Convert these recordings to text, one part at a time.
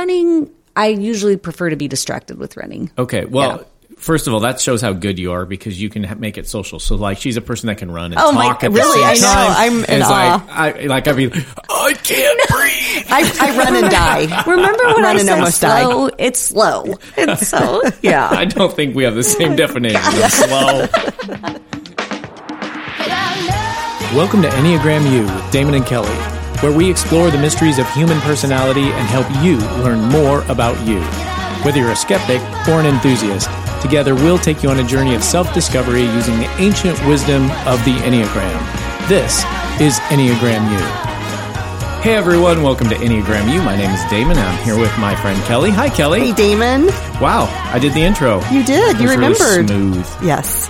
running, I usually prefer to be distracted with running. Okay. Well, first of all, that shows how good you are because you can ha- make it social. So, like, she's a person that can run and Oh my- talk at really, the I same know. time. I'm And in it's awe. like, I like. I mean, I can't breathe. I, I run and die. Remember when I Running said almost died. slow? It's slow. And so, yeah. I don't think we have the same definition of slow. Welcome to Enneagram U with Damon and Kelly, where we explore the mysteries of human personality and help you learn more about you. Whether you're a skeptic or an enthusiast, together we'll take you on a journey of self discovery using the ancient wisdom of the Enneagram. This is Enneagram U. Hey everyone, welcome to Enneagram U. My name is Damon. and I'm here with my friend Kelly. Hi, Kelly. Hey, Damon. Wow, I did the intro. You did. It You was really remembered. smooth. Yes.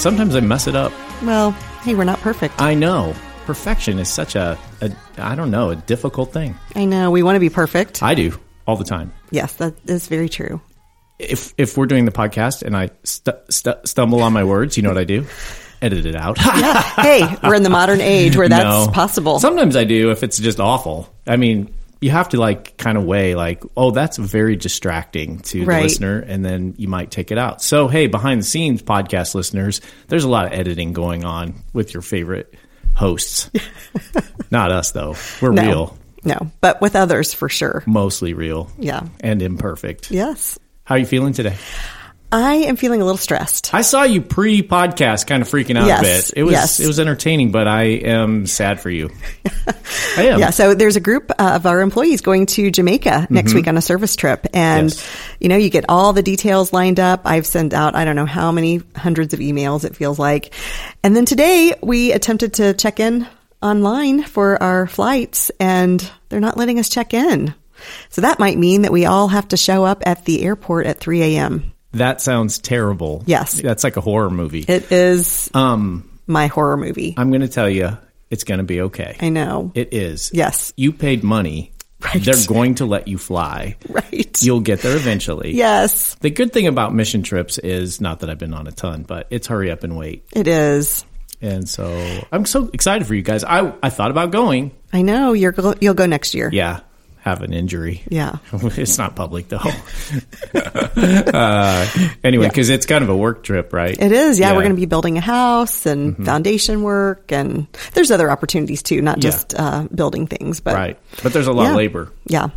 Sometimes I mess it up. Well, hey, we're not perfect. I know. Perfection is such a, a I don't know, a difficult thing. I know. We want to be perfect. I do all the time. Yes, that is very true. If if we're doing the podcast and I stu- stu- stumble on my words, you know what I do? Edit it out. hey, we're in the modern age where that's No. possible. Sometimes I do if it's just awful. I mean, you have to like kind of weigh like, oh, that's very distracting to the Right. listener, and then you might take it out. So, hey, behind the scenes podcast listeners, there's a lot of editing going on with your favorite hosts. Not us though. We're no. real, No, but with others for sure. mostly real. Yeah. and imperfect. Yes. How are you feeling today? I am feeling a little stressed. I saw you pre-podcast kind of freaking out a Yes, bit. It was yes. it was entertaining, but I am sad for you. I am. Yeah, so there's a group uh, of our employees going to Jamaica next week on a service trip. And, Mm-hmm. Yes. you know, you get all the details lined up. I've sent out, I don't know how many hundreds of emails it feels like. And then today we attempted to check in online for our flights and they're not letting us check in. So that might mean that we all have to show up at the airport at 3 a.m. That sounds terrible. Yes. That's like a horror movie. Um, It is my horror movie. I'm going to tell you, it's going to be okay. I know. It is. Yes. You paid money. Right. They're going to let you fly. Right. You'll get there eventually. yes, The good thing about mission trips is not that I've been on a ton, but it's hurry up and wait. it is. And so I'm so excited for you guys. I, I thought about going. I know you're go- you'll go next year. Yeah. Have an injury. Yeah. it's not public though. uh, anyway, because it's kind of a work trip, right? It is. Yeah. Yeah, we're Mm-hmm. going to be building a house and foundation work, and there's other opportunities too, not Yeah. just uh, building things. But Right. But there's a lot yeah. of labor. Yeah,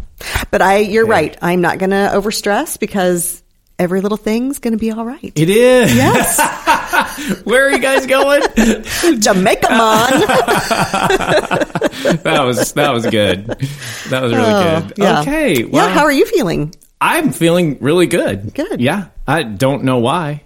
but I, you're right. I'm not going to overstress because every little thing's going to be all right. It is. yes, Where are you guys going? Jamaica mon. that was that was good. That was really good. Oh, Yeah. Okay. Yeah, Well, how are you feeling? I'm feeling really good. Good. Yeah. I don't know why.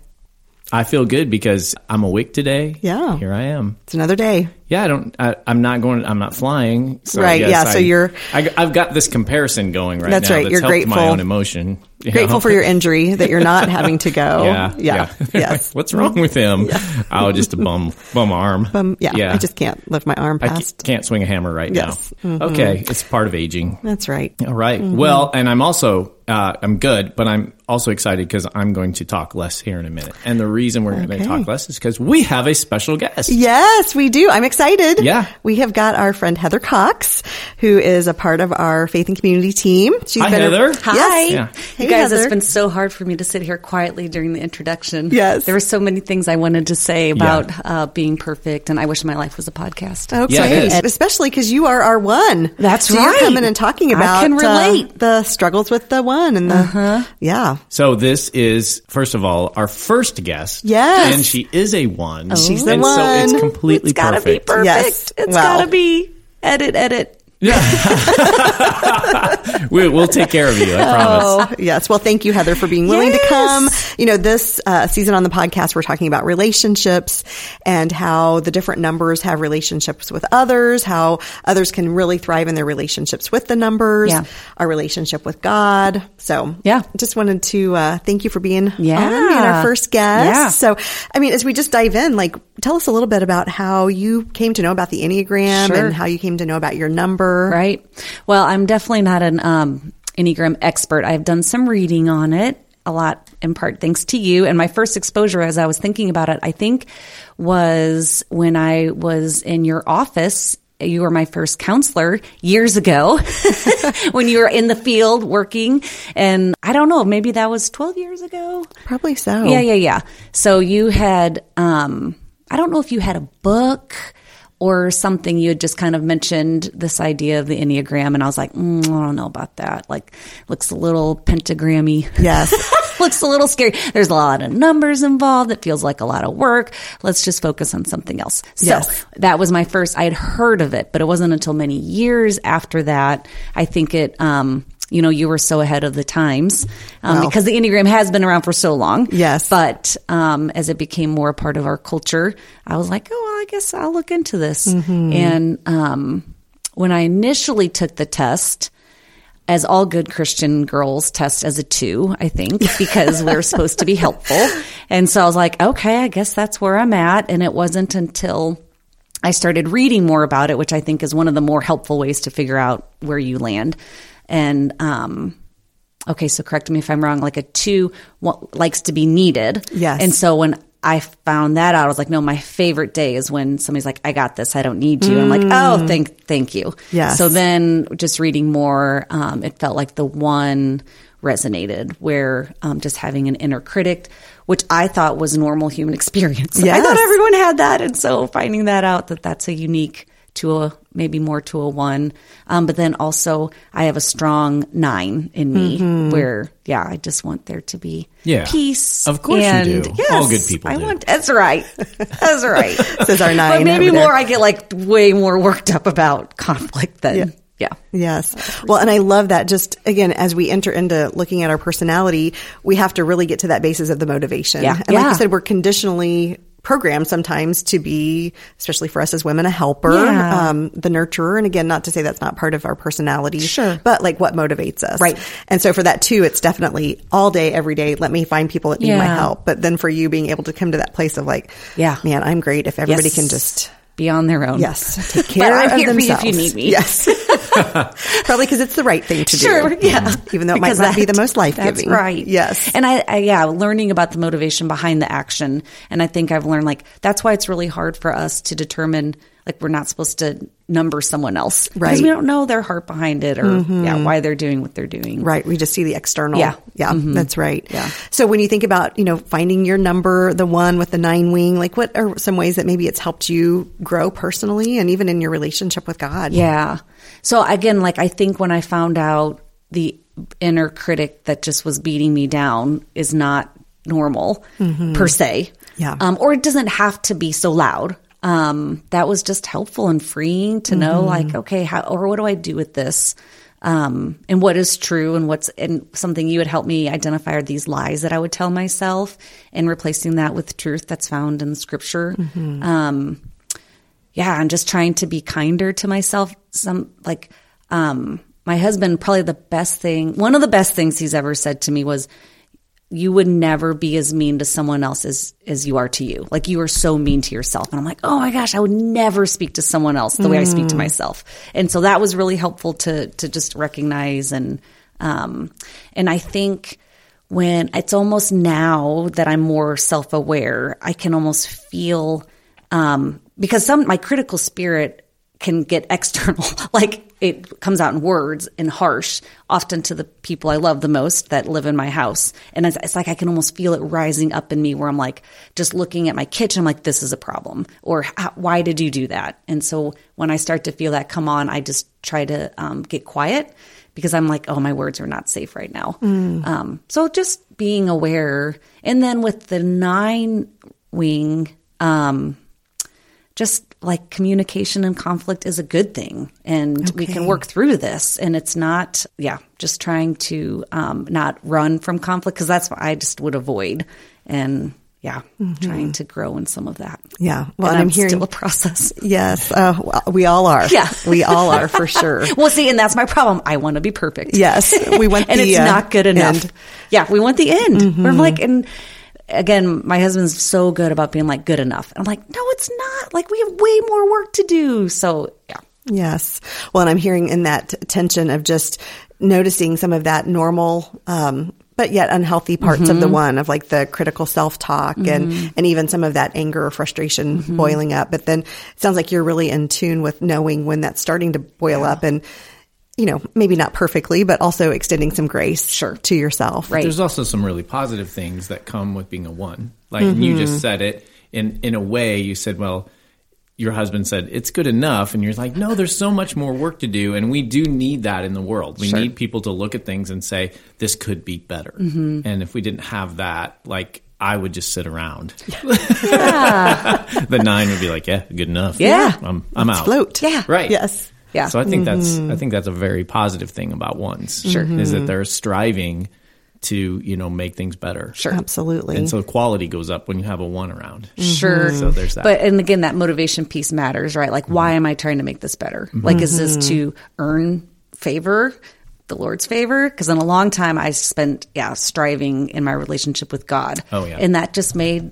I feel good because I'm awake today. Yeah. Here I am. It's another day. Yeah. I don't. I, I'm not going. I'm not flying. So Right, yes, yeah, so I- you're- I, I've got this comparison going right That's now. right, That's you're helped My grateful. own emotion. you Grateful know? for your injury that you're not having to go. Yeah. yeah, yes. What's wrong with him? Oh, just a bum bum arm. Um, yeah, I just can't lift my arm I ca- past. can't swing a hammer right Yes. Mm-hmm. now. Okay, it's part of aging. That's right. All right. Well, and I'm also uh, I'm good, but I'm also excited because I'm going to talk less here in a minute. And the reason we're going Okay. to talk less is because we have a special guest. Yes, we do. I'm excited. Yeah. We have got our friend Heather Cox, who is a part of our faith and community team. She's Hi, been a- Heather. Hi. Yes. Yeah. Hey, you guys, Heather. it's been so hard for me to sit here quietly during the introduction. Yes. There were so many things I wanted to say about Yeah. uh, being perfect, and I wish my life was a podcast. Okay. Yeah, it is. And Especially because you are our one. That's so You're right. coming and talking I about can uh, relate. Uh-huh. the struggles with the one and the yeah. So this is first of all our first guest. Yes. Oh. and she is a one. She's the and So one. it's completely It's gotta perfect. be perfect. Yes. It's Wow. gotta be. Edit, edit. we, we'll take care of you. I promise. Oh, yes. Well, thank you, Heather, for being willing to Yes. come. You know, this uh, season on the podcast, we're talking about relationships and how the different numbers have relationships with others, how others can really thrive in their relationships with the numbers, Yeah. our relationship with God. So, Yeah. just wanted to uh, thank you for being Yeah. on, being our first guest. Yeah. So, I mean, as we just dive in, like, tell us a little bit about how you came to know about the Enneagram Sure. and how you came to know about your number. Right. Well, I'm definitely not an um, Enneagram expert. I've done some reading on it a lot, in part thanks to you. And my first exposure as I was thinking about it, I think, was when I was in your office you were my first counselor years ago when you were in the field working. And I don't know, maybe that was 12 years ago. Probably so. Yeah, yeah, yeah. So you had, um, I don't know if you had a book or something you had just kind of mentioned this idea of the Enneagram. And I was like, mm, I don't know about that. Like, looks a little pentagrammy. Yes. looks a little scary. There's a lot of numbers involved. It feels like a lot of work. Let's just focus on something else. So Yes. that was my first. I had heard of it, but it wasn't until many years after that. I think it. Um, you know, you were so ahead of the times um, Wow. because the Enneagram has been around for so long. Yes. But um, as it became more a part of our culture, I was like, oh, well, I guess I'll look into this. And um, when I initially took the test, as all good Christian girls test as a two, I think, because we're supposed to be helpful. And so I was like, okay, I guess that's where I'm at. And it wasn't until I started reading more about it, which I think is one of the more helpful ways to figure out where you land. And, um, okay, so correct me if I'm wrong, like a two wa- likes to be needed. Yes. And so when I found that out, I was like, no, my favorite day is when somebody's like, I got this, I don't need you. And I'm like, oh, thank, thank you. Mm. Yes. So then just reading more, um, it felt like the one resonated where um, just having an inner critic, which I thought was normal human experience. I thought Yes. everyone had that. And so finding that out that that's a unique to a maybe more to a one. Um, but then also I have a strong nine in me where, yeah, I just want there to be Yeah. peace. Of course you and- do. Yes, All good people I do. want, that's right. That's right. Says our nine. But maybe over there. more, I get like way more worked up about conflict than, yeah. Yes. Well, and I love that. Just again, as we enter into looking at our personality, we have to really get to that basis of the motivation. Yeah. And like Yeah. you said, we're conditionally programmed sometimes to be, especially for us as women, a helper, Yeah. um, the nurturer. And again, not to say that's not part of our personality, Sure. but like what motivates us. Right. And so for that too, it's definitely all day, every day. Let me find people that need my Yeah. help. But then for you being able to come to that place of like, Yeah. man, I'm great if everybody Yes. can just be on their own. Yes. Take care I'm of here for you if themselves. you need me. Yes. Probably because it's the right thing to Sure, do. yeah. Even though it might Because not be that- the most life giving. That's right. Yes. And I, I, yeah, learning about the motivation behind the action. And I think I've learned like that's why it's really hard for us to determine like we're not supposed to number someone else. Because Right. Mm-hmm. we don't know their heart behind it or yeah, why they're doing what they're doing. Right. We just see the external. Yeah. Mm-hmm. Yeah. That's right. Yeah. So when you think about, you know, finding your number, the one with the nine wing, like what are some ways that maybe it's helped you grow personally and even in your relationship with God? Yeah. So again, like I think when I found out the inner critic that just was beating me down is not normal Mm-hmm. per se. Yeah. Um, or it doesn't have to be so loud. Um, that was just helpful and freeing to know like, okay, how, or what do I do with this? Um, and what is true and what's and something you would help me identify are these lies that I would tell myself and replacing that with truth that's found in scripture. Um, yeah, I'm just trying to be kinder to myself. Some like um my husband probably the best thing one of the best things he's ever said to me was you would never be as mean to someone else as as you are to you. Like you are so mean to yourself. And I'm like, "Oh my gosh, I would never speak to someone else the way I speak to myself." And so that was really helpful to to just recognize and um and I think when it's almost now that I'm more self-aware, I can almost feel um, because some my critical spirit can get external, like it comes out in words and harsh, often to the people I love the most that live in my house. And it's, it's like I can almost feel it rising up in me, where I'm like, just looking at my kitchen, I'm like, this is a problem, or "How- why did you do that? And so when I start to feel that come on, I just try to um, get quiet because I'm like, oh, my words are not safe right now. Um, so just being aware, and then with the nine wing. Um, just like communication and conflict is a good thing and we can work through this and it's not yeah just trying to um, not run from conflict because that's what i just would avoid and yeah trying to grow in some of that Mm-hmm. Yeah. and Well, and I'm i'm hearing- still a process Yes. Uh, well, we all are. Yeah. We all are for sure. well see and that's my problem i want to be perfect Yes. We want and the, it's uh, not good enough. end. Mm-hmm. Yeah, we want the end. We're like, and again, my husband's so good about being like good enough. And I'm like, no, it's not. Like we have way more work to do. So yeah, Yes. Well, and I'm hearing in that tension of just noticing some of that normal um, but yet unhealthy parts of the Mm-hmm. one of like the critical self-talk and and even some of that anger or frustration Mm-hmm. boiling up but then it sounds like you're really in tune with knowing when that's starting to boil up and you know maybe not perfectly but also extending some grace sure. to yourself Right. There's also some really positive things that come with being a one. Like Mm-hmm. you just said it in in a way. You said, well, your husband said it's good enough, and you're like, no, there's so much more work to do, and we do need that in the world. We need people to look at things and say this could be better. Mm-hmm. And if we didn't have that, like. I would just sit around. the nine would be like, yeah, good enough. Yeah. I'm, I'm out. float Yeah. Right. yes Yeah. So I think that's I think that's a very positive thing about ones. Sure. Is that they're striving to, you know, make things better. Sure. absolutely And so quality goes up when you have a one around. Sure. So there's that. But and again, that motivation piece matters, right? Like, why am I trying to make this better? Mm-hmm. Like, is this to earn favor, the Lord's favor? Because in a long time, I spent yeah striving in my relationship with God. Oh, yeah. and that just made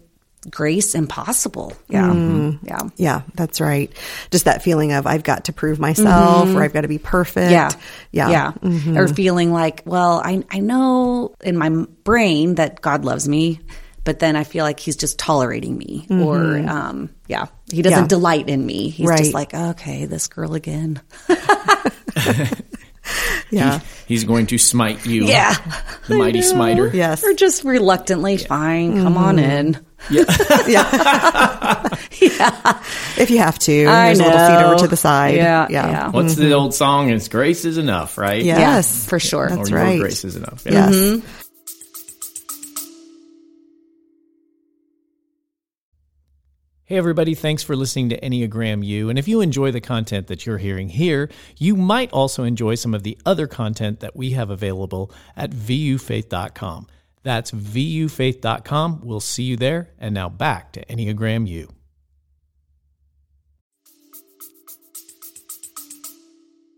grace impossible. Yeah, Mm-hmm. yeah, Yeah, that's right. Just that feeling of I've got to prove myself or I've got to be perfect. Mm-hmm. yeah, Yeah. Mm-hmm. yeah. Or feeling like, well, I I know in my brain that God loves me. But then I feel like he's just tolerating me, or um, yeah, he doesn't Mm-hmm. Yeah. delight in me. He's Right. just like, okay, this girl again. Yeah. He's going to smite you. Yeah. The mighty smiter. Yes. Mm-hmm. Or just reluctantly, fine, come on in. yeah. If you have to, there's a little seat over to the side. Yeah. Yeah. yeah. What's the old song? It's grace is enough, right? Yeah. Yeah, Yes. for sure. Or That's your right. grace is enough. Yeah. Yes. Mm-hmm. Hey, everybody, thanks for listening to Enneagram U. And if you enjoy the content that you're hearing here, you might also enjoy some of the other content that we have available at vufaith.com. That's vufaith.com. We'll see you there. And now back to Enneagram U.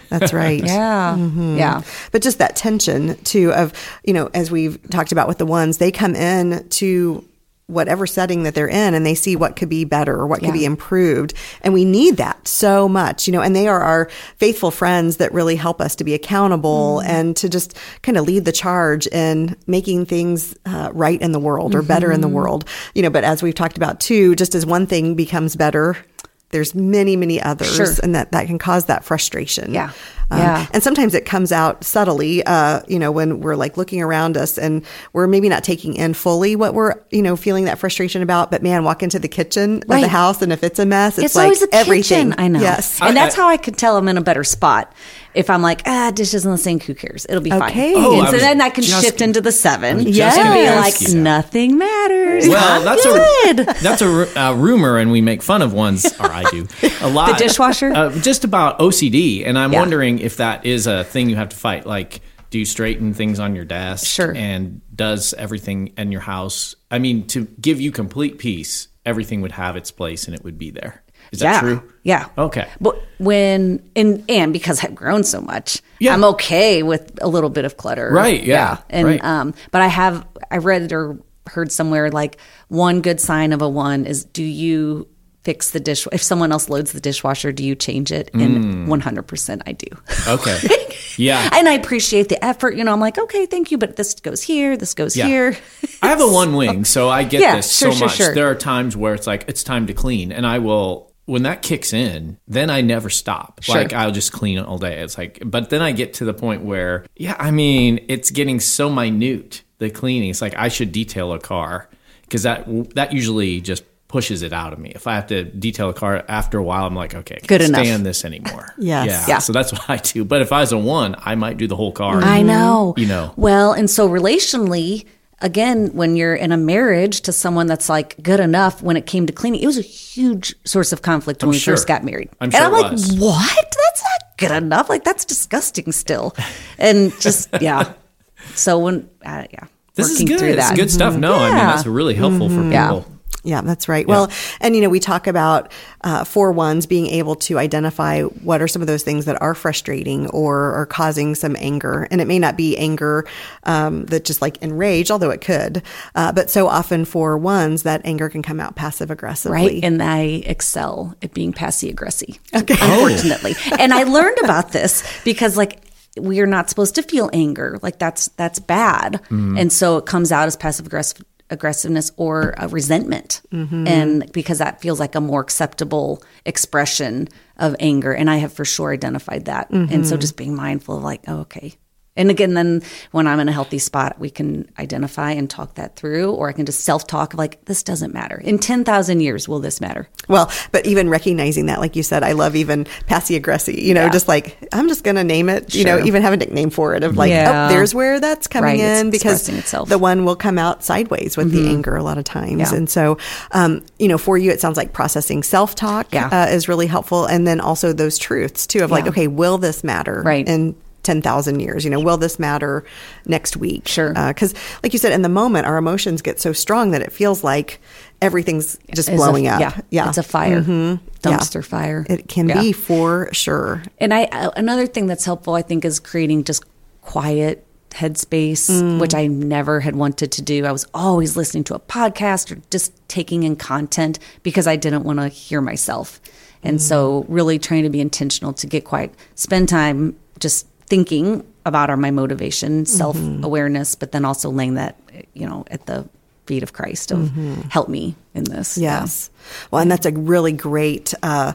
That's right. Yeah. Mm-hmm. Yeah. But just that tension too of, you know, as we've talked about with the ones, they come in to whatever setting that they're in and they see what could be better or what could be improved. And we need that so much, you know, and they are our faithful friends that really help us to be accountable Mm-hmm. and to just kind of lead the charge in making things uh, right in the world or better Mm-hmm. in the world, you know, but as we've talked about too, just as one thing becomes better, there's many, many others Sure. and that, that can cause that frustration. Um, Yeah. Yeah. And sometimes it comes out subtly, uh, you know, when we're like looking around us and we're maybe not taking in fully what we're, you know, feeling that frustration about. But man, walk into the kitchen of the Right. house and if it's a mess, it's, It's, like always a everything. kitchen. I know. Yes. And I- that's how I could tell I'm in a better spot. If I'm like, ah, dishes in the sink, who cares? It'll be Okay. fine. Oh, I and so was then I can just- shift into the seven. was just gonna And be ask like, you that. nothing matters. Well, that's good. a that's a ru- uh, rumor, and we make fun of ones, or I do a lot. The dishwasher? uh, just about OCD, and I'm Yeah. wondering if that is a thing you have to fight. Like, do you straighten things on your desk? Sure. And does everything in your house? I mean, to give you complete peace, everything would have its place, and it would be there. Is yeah. that true? Yeah. Okay. But when and and because I've grown so much, Yeah. I'm okay with a little bit of clutter. Right, yeah, And right. um but I have I read or heard somewhere like one good sign of a one is do you fix the dish if someone else loads the dishwasher, do you change it? Mm. And one hundred percent I do. Okay. Yeah. and I appreciate the effort, you know, I'm like, okay, thank you, but this goes here, this goes Yeah. here. I have a one wing, so I get Yeah, this sure, so sure, much. sure. There are times where it's like it's time to clean, and I will. When that kicks in, then I never stop. Like I'll just clean all day. It's like, but then I get to the point where, yeah, I mean, it's getting so minute the cleaning. It's like I should detail a car because that that usually just pushes it out of me. If I have to detail a car after a while, I'm like, okay, I can't Good enough. stand this anymore. Yes. yeah. Yeah. So that's what I do. But if I was a one, I might do the whole car. I know. You know. Well, and so relationally, again, when you're in a marriage to someone that's like good enough, when it came to cleaning, it was a huge source of conflict when we sure. first got married. I'm and sure I'm it like, was. what? That's not good enough. Like that's disgusting still. And just yeah. So when uh, yeah, This is working good. through It's that. good stuff. No, I mean Yeah. Mm-hmm. that's really helpful for people. Yeah. Yeah, that's right. Well, and you know, we talk about uh, for ones being able to identify what are some of those things that are frustrating or are causing some anger, and it may not be anger um, that just like enraged, although it could. Uh, but so often for ones, that anger can come out passive aggressively. Right. And I excel at being passive aggressive, unfortunately. and I learned about this because, like, we are not supposed to feel anger. Like that's that's bad. And so it comes out as passive aggressive aggressiveness or a resentment. And because that feels like a more acceptable expression of anger and I have for sure identified that. And so just being mindful of like, oh, okay. And again, then when I'm in a healthy spot, we can identify and talk that through, or I can just self talk like, this doesn't matter. In 10,000 years, will this matter? Well, but even recognizing that, like you said, I love even passy aggressive, you know, Yeah. just like I'm just going to name it, you know, Sure. even have a nickname for it of like, Yeah. oh, there's where that's Right, coming it's in because expressing itself. Mm-hmm. the one will come out sideways with the anger a lot of times. Yeah. And so, um, you know, for you, it sounds like processing self talk Yeah. uh, is really helpful. And then also those truths too of like, Yeah. okay, will this matter? Right. In 10,000 years, you know, will this matter next week? Sure. Because, like you said, in the moment, our emotions get so strong that it feels like everything's It's just a- blowing up. Mm-hmm. Yeah. It's a fire, dumpster fire. It can Yeah. be for sure. And I uh, another thing that's helpful, I think, is creating just quiet headspace, which I never had wanted to do. I was always listening to a podcast or just taking in content because I didn't want to hear myself. And so, really trying to be intentional to get quiet, spend time just thinking about our my motivation, self awareness, but then also laying that, you know, at the feet of Christ of help me in this. Yeah. Yes. Well, and that's a really great, uh,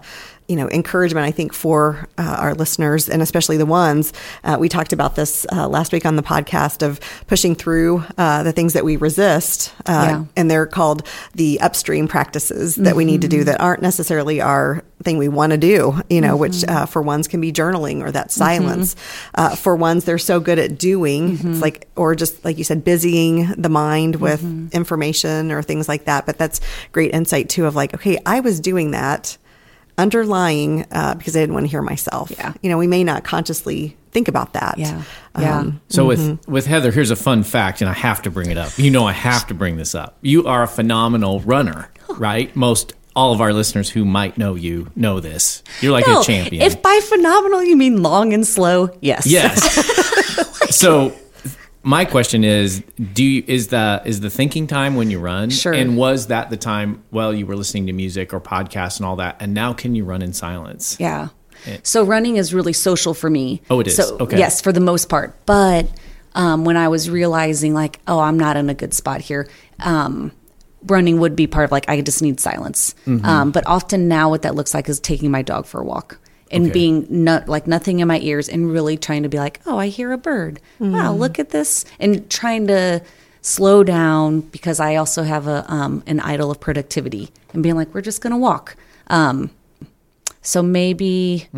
you know, encouragement, I think, for uh, our listeners and especially the ones uh, we talked about this uh, last week on the podcast of pushing through uh, the things that we resist. Uh, Yeah. And they're called the upstream practices that we need to Mm-hmm. do that aren't necessarily our thing we want to do, you know, which Mm-hmm. uh, for ones can be journaling or that silence. Uh, for ones, they're so good at doing, Mm-hmm. it's like, or just like you said, busying the mind with Mm-hmm. information or things like that. But that's great insight too of like, okay, I was doing that underlying uh, because I didn't want to hear myself. Yeah. You know, we may not consciously think about that. Um, Yeah. Yeah. So Mm-hmm. with with Heather, here's a fun fact, and I have to bring it up. You know, I have to bring this up. You are a phenomenal runner, right? Most all of our listeners who might know you know this. You're like No, a champion. If by phenomenal you mean long and slow, yes. yes. so my question is: Do you, is the is the thinking time when you run? Sure. And was that the time? Well, you were listening to music or podcasts and all that, and now can you run in silence? Yeah. So running is really social for me. Oh, it is. So, Okay. Yes, for the most part. But um, when I was realizing, like, oh, I'm not in a good spot here, um, running would be part of like I just need silence. Um, but often now, what that looks like is taking my dog for a walk and Okay. being not like nothing in my ears and really trying to be like, oh, I hear a bird. Wow, look at this, and trying to slow down because I also have a um, an idol of productivity and being like, we're just going to walk. Um, so maybe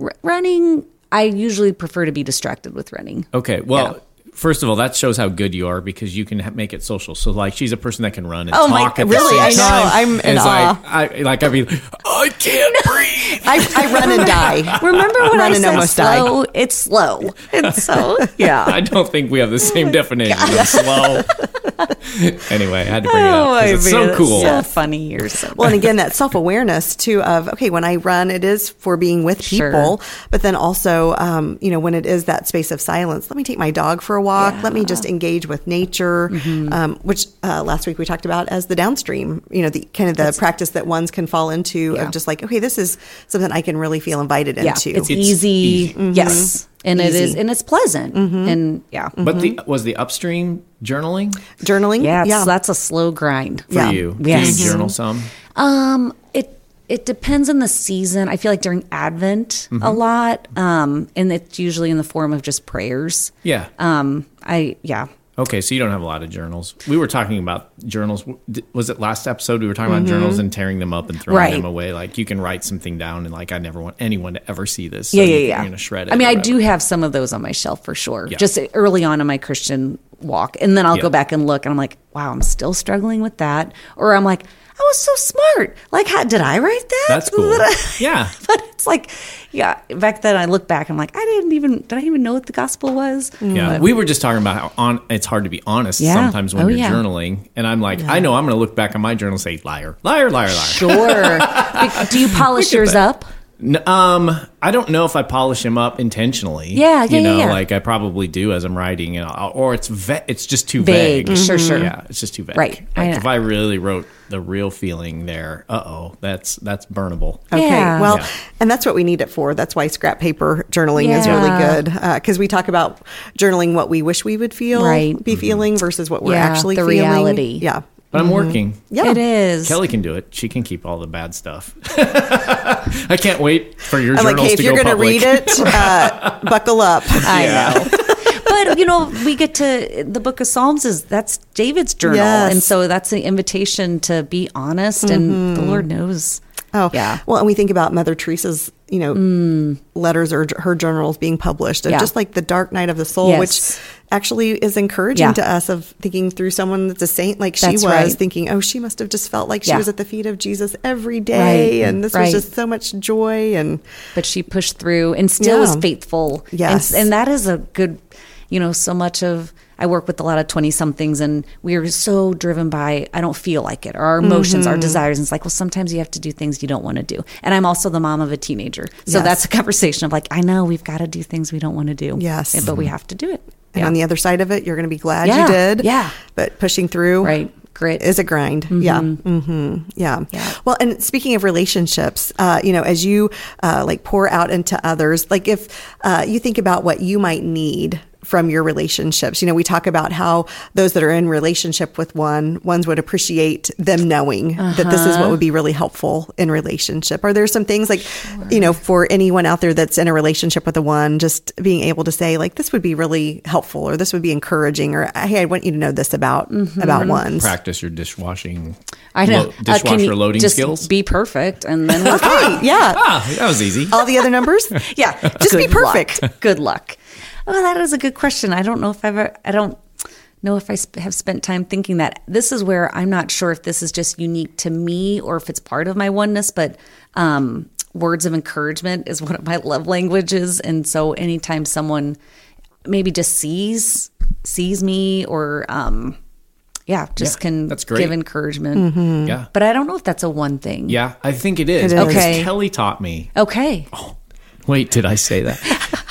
r- running, I usually prefer to be distracted with running. Okay. Well, first of all, that shows how good you are because you can ha- make it social. So, like, she's a person that can run and Oh my- talk. at really? The I same know. time. I'm And in it's awe. Like, I like. I mean, I can't breathe. I, I run and die. Remember when Run I and said almost die. slow? It's slow. And so, I yeah. don't think we have the same definition. of slow. anyway, I had to bring it up. Oh, 'cause I it's mean, so cool. So funny. You're so Well, and again, that self awareness too of okay, when I run, it is for being with Sure. people, but then also, um, you know, when it is that space of silence, let me take my dog for a walk. Let me just engage with nature, Mm-hmm. um, which uh, last week we talked about as the downstream, you know, the kind of the practice that ones can fall into Yeah. of just like, okay, this is something I can really feel invited yeah. into. It's, It's easy. easy. Yes. And it is, Mm-hmm. Easy. Mm-hmm. and it's pleasant. And yeah. But the was the upstream journaling for Journaling, Yeah, it's, That's a slow grind. Yeah. Mm-hmm. you? Yes. Do you journal some? Um, it it depends on the season. I feel like during Advent a Mm-hmm. lot, um, and it's usually in the form of just prayers. Yeah. Um, I yeah. Okay, so you don't have a lot of journals. We were talking about journals. D- Was it last episode we were talking about journals and tearing them up and throwing Mm-hmm. Right. them away? Like you can write something down and like I never want anyone to ever see this. so yeah, you yeah, think yeah. You're gonna shred it. I mean, or I whatever. do have some of those on my shelf for sure. Yeah. Just early on in my Christian walk, and then I'll Yeah. go back and look, and I'm like, wow, I'm still struggling with that, or I'm like, I was so smart. Like, how did I write that? That's cool. yeah, but it's like, yeah. Back then, I look back, I'm like, I didn't even did I even know what the gospel was? yeah. We were just talking about how on. It's hard to be honest Yeah. sometimes when Oh, you're yeah. journaling, and I'm like, I know I'm gonna look back on my journal and say liar, liar, liar, liar. Sure. Be- Do you polish yours up? N- Um, I don't know if I polish him up intentionally. Yeah, yeah, you know, yeah, yeah. like I probably do as I'm writing, and I'll, or it's ve- it's just too vague. Mm-hmm. Vague. Sure, sure. Yeah, it's just too vague. Right. Like, I- if I really wrote the real feeling there, uh oh, that's that's burnable. Okay. Yeah. Well, Yeah. and that's what we need it for. That's why scrap paper journaling is Yeah. really good because we talk about journaling what we wish we would feel, Right. Mm-hmm. be feeling versus what we're Yeah, actually the feeling. reality. Yeah. But I'm working. Yeah. Mm-hmm. It is. Kelly can do it. She can keep all the bad stuff. I can't wait for your I'm journals like, hey, if to you're go going public. to read it, uh, buckle up. I know. but you know, we get to the Book of Psalms is that's David's journal, Yes. and so that's an invitation to be honest, Mm-hmm. and the Lord knows. Oh, Yeah. Mm. Well, and we think about Mother Teresa's, you know, letters or her journals being published, and Yeah. just like the Dark Night of the Soul, Yes. which actually is encouraging Yeah. to us of thinking through someone that's a saint like she That's was, right. thinking, oh, she must have just felt like she Yeah. was at the feet of Jesus every day, Right. and this Right. was just so much joy and But she pushed through and still Yeah. was faithful. And- Yes. And, that is a good, you know, so much of. I work with a lot of 20 somethings and we are so driven by, I don't feel like it, or our emotions, Mm-hmm. our desires. And it's like, well, sometimes you have to do things you don't want to do. And I'm also the mom of a teenager. So Yes. that's a conversation of like, I know we've got to do things we don't want to do. Yes. But we have to do it. And on the other side of it, you're going to be glad Yeah, you did. yeah. But pushing through Right. Grit. is a grind. Yeah. hmm yeah. Yeah. Well, and speaking of relationships, uh, you know, as you uh, like pour out into others, like if uh, you think about what you might need from your relationships, you know, we talk about how those that are in relationship with one, ones would appreciate them knowing that this is what would be really helpful in relationship. Are there some things like, you know, for anyone out there that's in a relationship with a one, just being able to say like, this would be really helpful, or this would be encouraging, or hey, I want you to know this about about ones. Practice your dishwashing. I know. lo- Uh, dishwasher can you loading just skills. Be perfect, and then we're fine. Hey, yeah. ah, that was easy. All the other numbers? yeah, Just be Good luck. perfect. Good luck. Oh, that is a good question. I don't know if I've. ever- I don't know if I sp- have spent time thinking that. This is where I'm not sure if this is just unique to me or if it's part of my oneness, but. um Words of encouragement is one of my love languages, and so anytime someone maybe just sees sees me or um, yeah, just Yeah, can that's great. give encouragement. Mm-hmm. Yeah. But I don't know if that's a one thing. Yeah, I think it is. It is. because Okay. Kelly taught me. Okay. Wait, did I say that?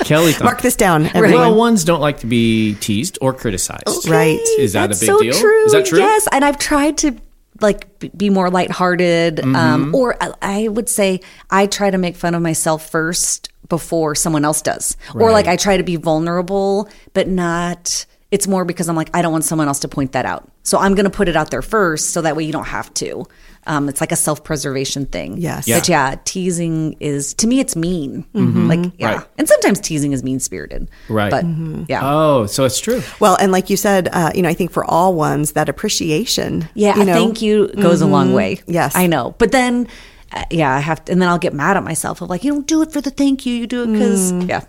Kelly taught Mark this down, Well, everyone. ones don't like to be teased or criticized. Oh, Right. Is that That's a big so deal? True. Is that true? Yes, and I've tried to like b- be more lighthearted, Mm-hmm. um, or I- I would say I try to make fun of myself first before someone else does, or like Right. I try to be vulnerable, but not. It's more because I'm like I don't want someone else to point that out, so I'm going to put it out there first, so that way you don't have to. Um, it's like a self preservation thing. Yes. But yeah, teasing is to me it's mean. Like yeah, Right. and sometimes teasing is mean spirited. Mm-hmm. Right. But yeah. Oh, so it's true. Well, and like you said, uh, you know, I think for all ones, that appreciation. Yeah, you know, Mm-hmm. a thank you goes a long way. Yes. I know. But then, uh, yeah, I have to, and then I'll get mad at myself of like, you don't do it for the thank you, you do it because, Mm. yeah.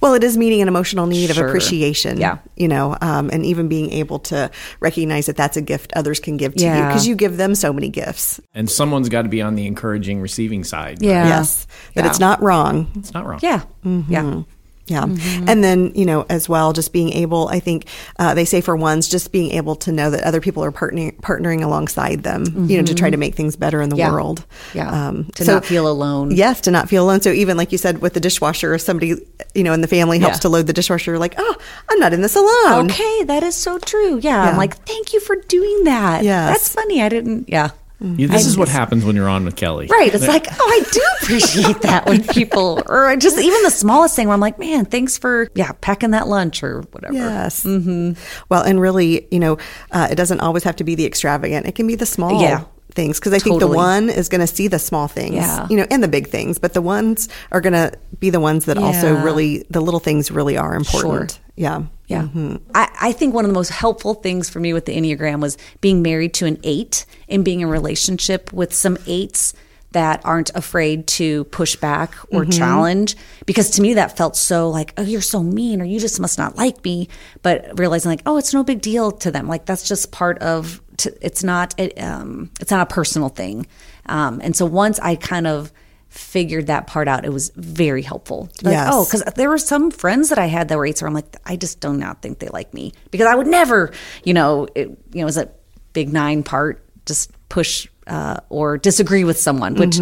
Well, it is meeting an emotional need Sure. of appreciation. Yeah. You know, um, and even being able to recognize that that's a gift others can give to you Yeah. because you give them so many gifts. And someone's got to be on the encouraging receiving side. right? Yeah. Yes. That Yeah. it's not wrong. It's not wrong. Yeah. Mm-hmm. Yeah. Yeah. Mm-hmm. And then, you know, as well, just being able, I think uh, they say for ones, just being able to know that other people are partnering, partnering alongside them, you know, to try to make things better in the Mm-hmm. Yeah. world. Um, Yeah. To not feel alone. Yes, to not feel alone. So even like you said with the dishwasher, if somebody, you know, in the family helps Yeah. to load the dishwasher, you're like, oh, I'm not in this alone. Okay, that is so true. Yeah, Yeah. I'm like, thank you for doing that. Yes. Mm. That's funny. I didn't, yeah. Yeah, this is what happens when you're on with Kelly. Right. It's like, oh, I do appreciate that when people, or I just even the smallest thing where I'm like, man, thanks for, yeah, packing that lunch or whatever. Yes. Mm-hmm. Well, and really, you know, uh, it doesn't always have to be the extravagant. It can be the small Yeah. things because I think the Totally. one is going to see the small things, Yeah. you know, and the big things, but the ones are going to be the ones that also Yeah. really, the little things really are important. Sure. Yeah. Yeah. Mm-hmm. I, I think one of the most helpful things for me with the Enneagram was being married to an eight and being in relationship with some eights that aren't afraid to push back or challenge. Because to me, that felt so like, oh, you're so mean or you just must not like me. But realizing like, oh, it's no big deal to them. Like that's just part of, t- it's not, it, um, it's not a personal thing. Um, and so once I kind of figured that part out, it was very helpful. Like, Yes. oh, because there were some friends that I had that were eights where I'm like, I just do not think they like me because I would never, you know, it, you know, is that big nine part just push uh, or disagree with someone, which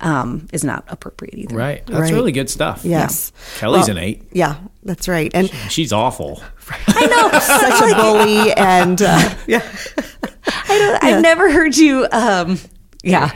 um, is not appropriate either. Right. That's Right. really good stuff. Yes. Kelly's an Well, eight. Yeah, that's right. And She's awful. I know. such a bully and uh, I don't, I've never heard you. Um, yeah,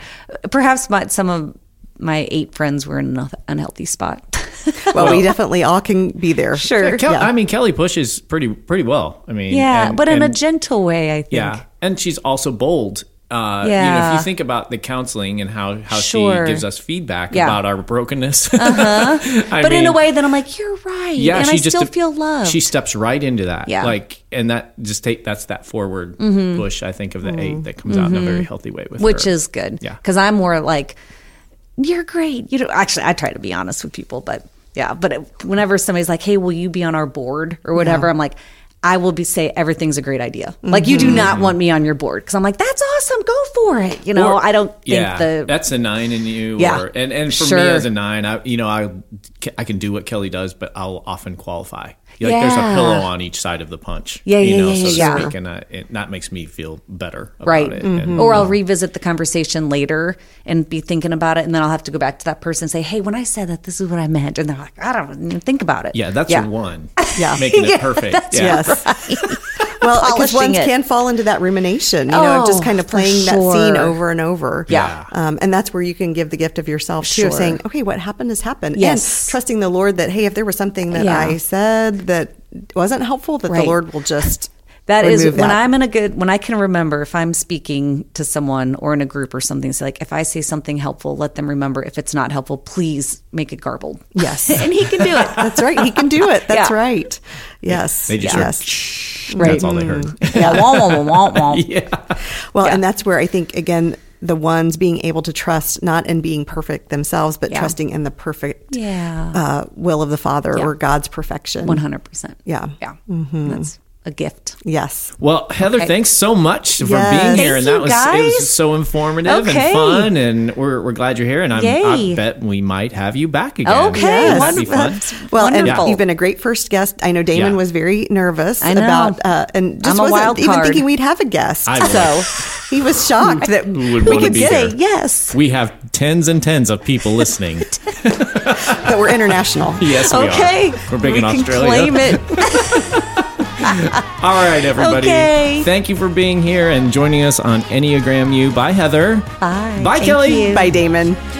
perhaps my, some of my eight friends were in an unhealthy spot. well, we definitely all can be there. sure. Yeah, Kel- I mean, Kelly pushes pretty pretty well. I mean, yeah, and- but in a and- gentle way, I think. Yeah, and she's also bold. Uh, you know, if Yeah. you think about the counseling and how, how Sure. she gives us feedback Yeah. about our brokenness, uh-huh. But in a way that I'm like, you're right. yeah, and she I just still feel loved. She steps right into that. Yeah. Mm-hmm. like and that just take that's that forward push. I think of the eight that comes out in a very healthy way with which her. is good. Yeah. because I'm more like, you're great. You know, actually, I try to be honest with people, but yeah. But it, whenever somebody's like, "Hey, will you be on our board or whatever?" I'm like. I will be say everything's a great idea. Like you Mm-hmm. do not want me on your board because I'm like that's awesome. Go for it. You know Or- I don't think yeah, the that's a nine in you. Yeah. or, and and for me Sure. as a nine, I you know I I can do what Kelly does, but I'll often qualify. Like there's a Yeah. pillow on each side of the punch. Yeah, you yeah, know, yeah, so yeah, to yeah. speak, and I, it, that makes me feel better. About right Mm-hmm. Oh, It. And- or i'll revisit the conversation later and be thinking about it and then i'll have to go back to that person and say hey when i said that this is what i meant and they're like i don't even think about it yeah, that's yeah. your one. Yeah. making it perfect. Yeah. Yes. Well, because Polishing one it. can fall into that rumination, you know, of just Oh, kind of for playing that scene sure. over and over. Yeah. Um, and that's where you can give the gift of yourself too, of Sure. saying, okay, what happened has happened. Yes. And trusting the Lord that, hey, if there was something that Yeah. I said that wasn't helpful, that the Right. Lord will just. That is remove when that. I'm in a good when I can remember if I'm speaking to someone or in a group or something. So like if I say something helpful, let them remember. If it's not helpful, please make it garbled. Yes. and he can do it. That's right. He can do it. That's Yeah. right. Yes. They just heard, yes. Right. Mm-hmm. That's all they heard. yeah. Wah, wah, wah, wah, wah. Well, and that's where I think again the ones being able to trust not in being perfect themselves, but Yeah. trusting in the perfect Yeah. uh, will of the Father Yeah. or God's perfection. One hundred percent. Yeah. Mm-hmm. Yeah. That's a gift. Yes. Well, Heather, thanks so much for being Yes. here, Thank and that you, was it guys. was so informative Okay. and fun, and we're, we're glad you're here, and I'm, I Yay. bet we might have you back again. Okay. Yes. that'd be fun. That's Well, wonderful. and you've been a great first guest. I know Damon Yeah. was very nervous I know. about, uh, and just I'm a wasn't wild even card. thinking we'd have a guest. I was. so he was shocked that Who would we wanna could be say here? yes We have tens and tens of people listening. that we're international. yes, we okay. are. We're big we in can Australia. claim it. All right, everybody. Okay. Thank you for being here and joining us on Enneagram U. Bye, Heather. Bye. Bye, Thank Kelly. you. By Damon.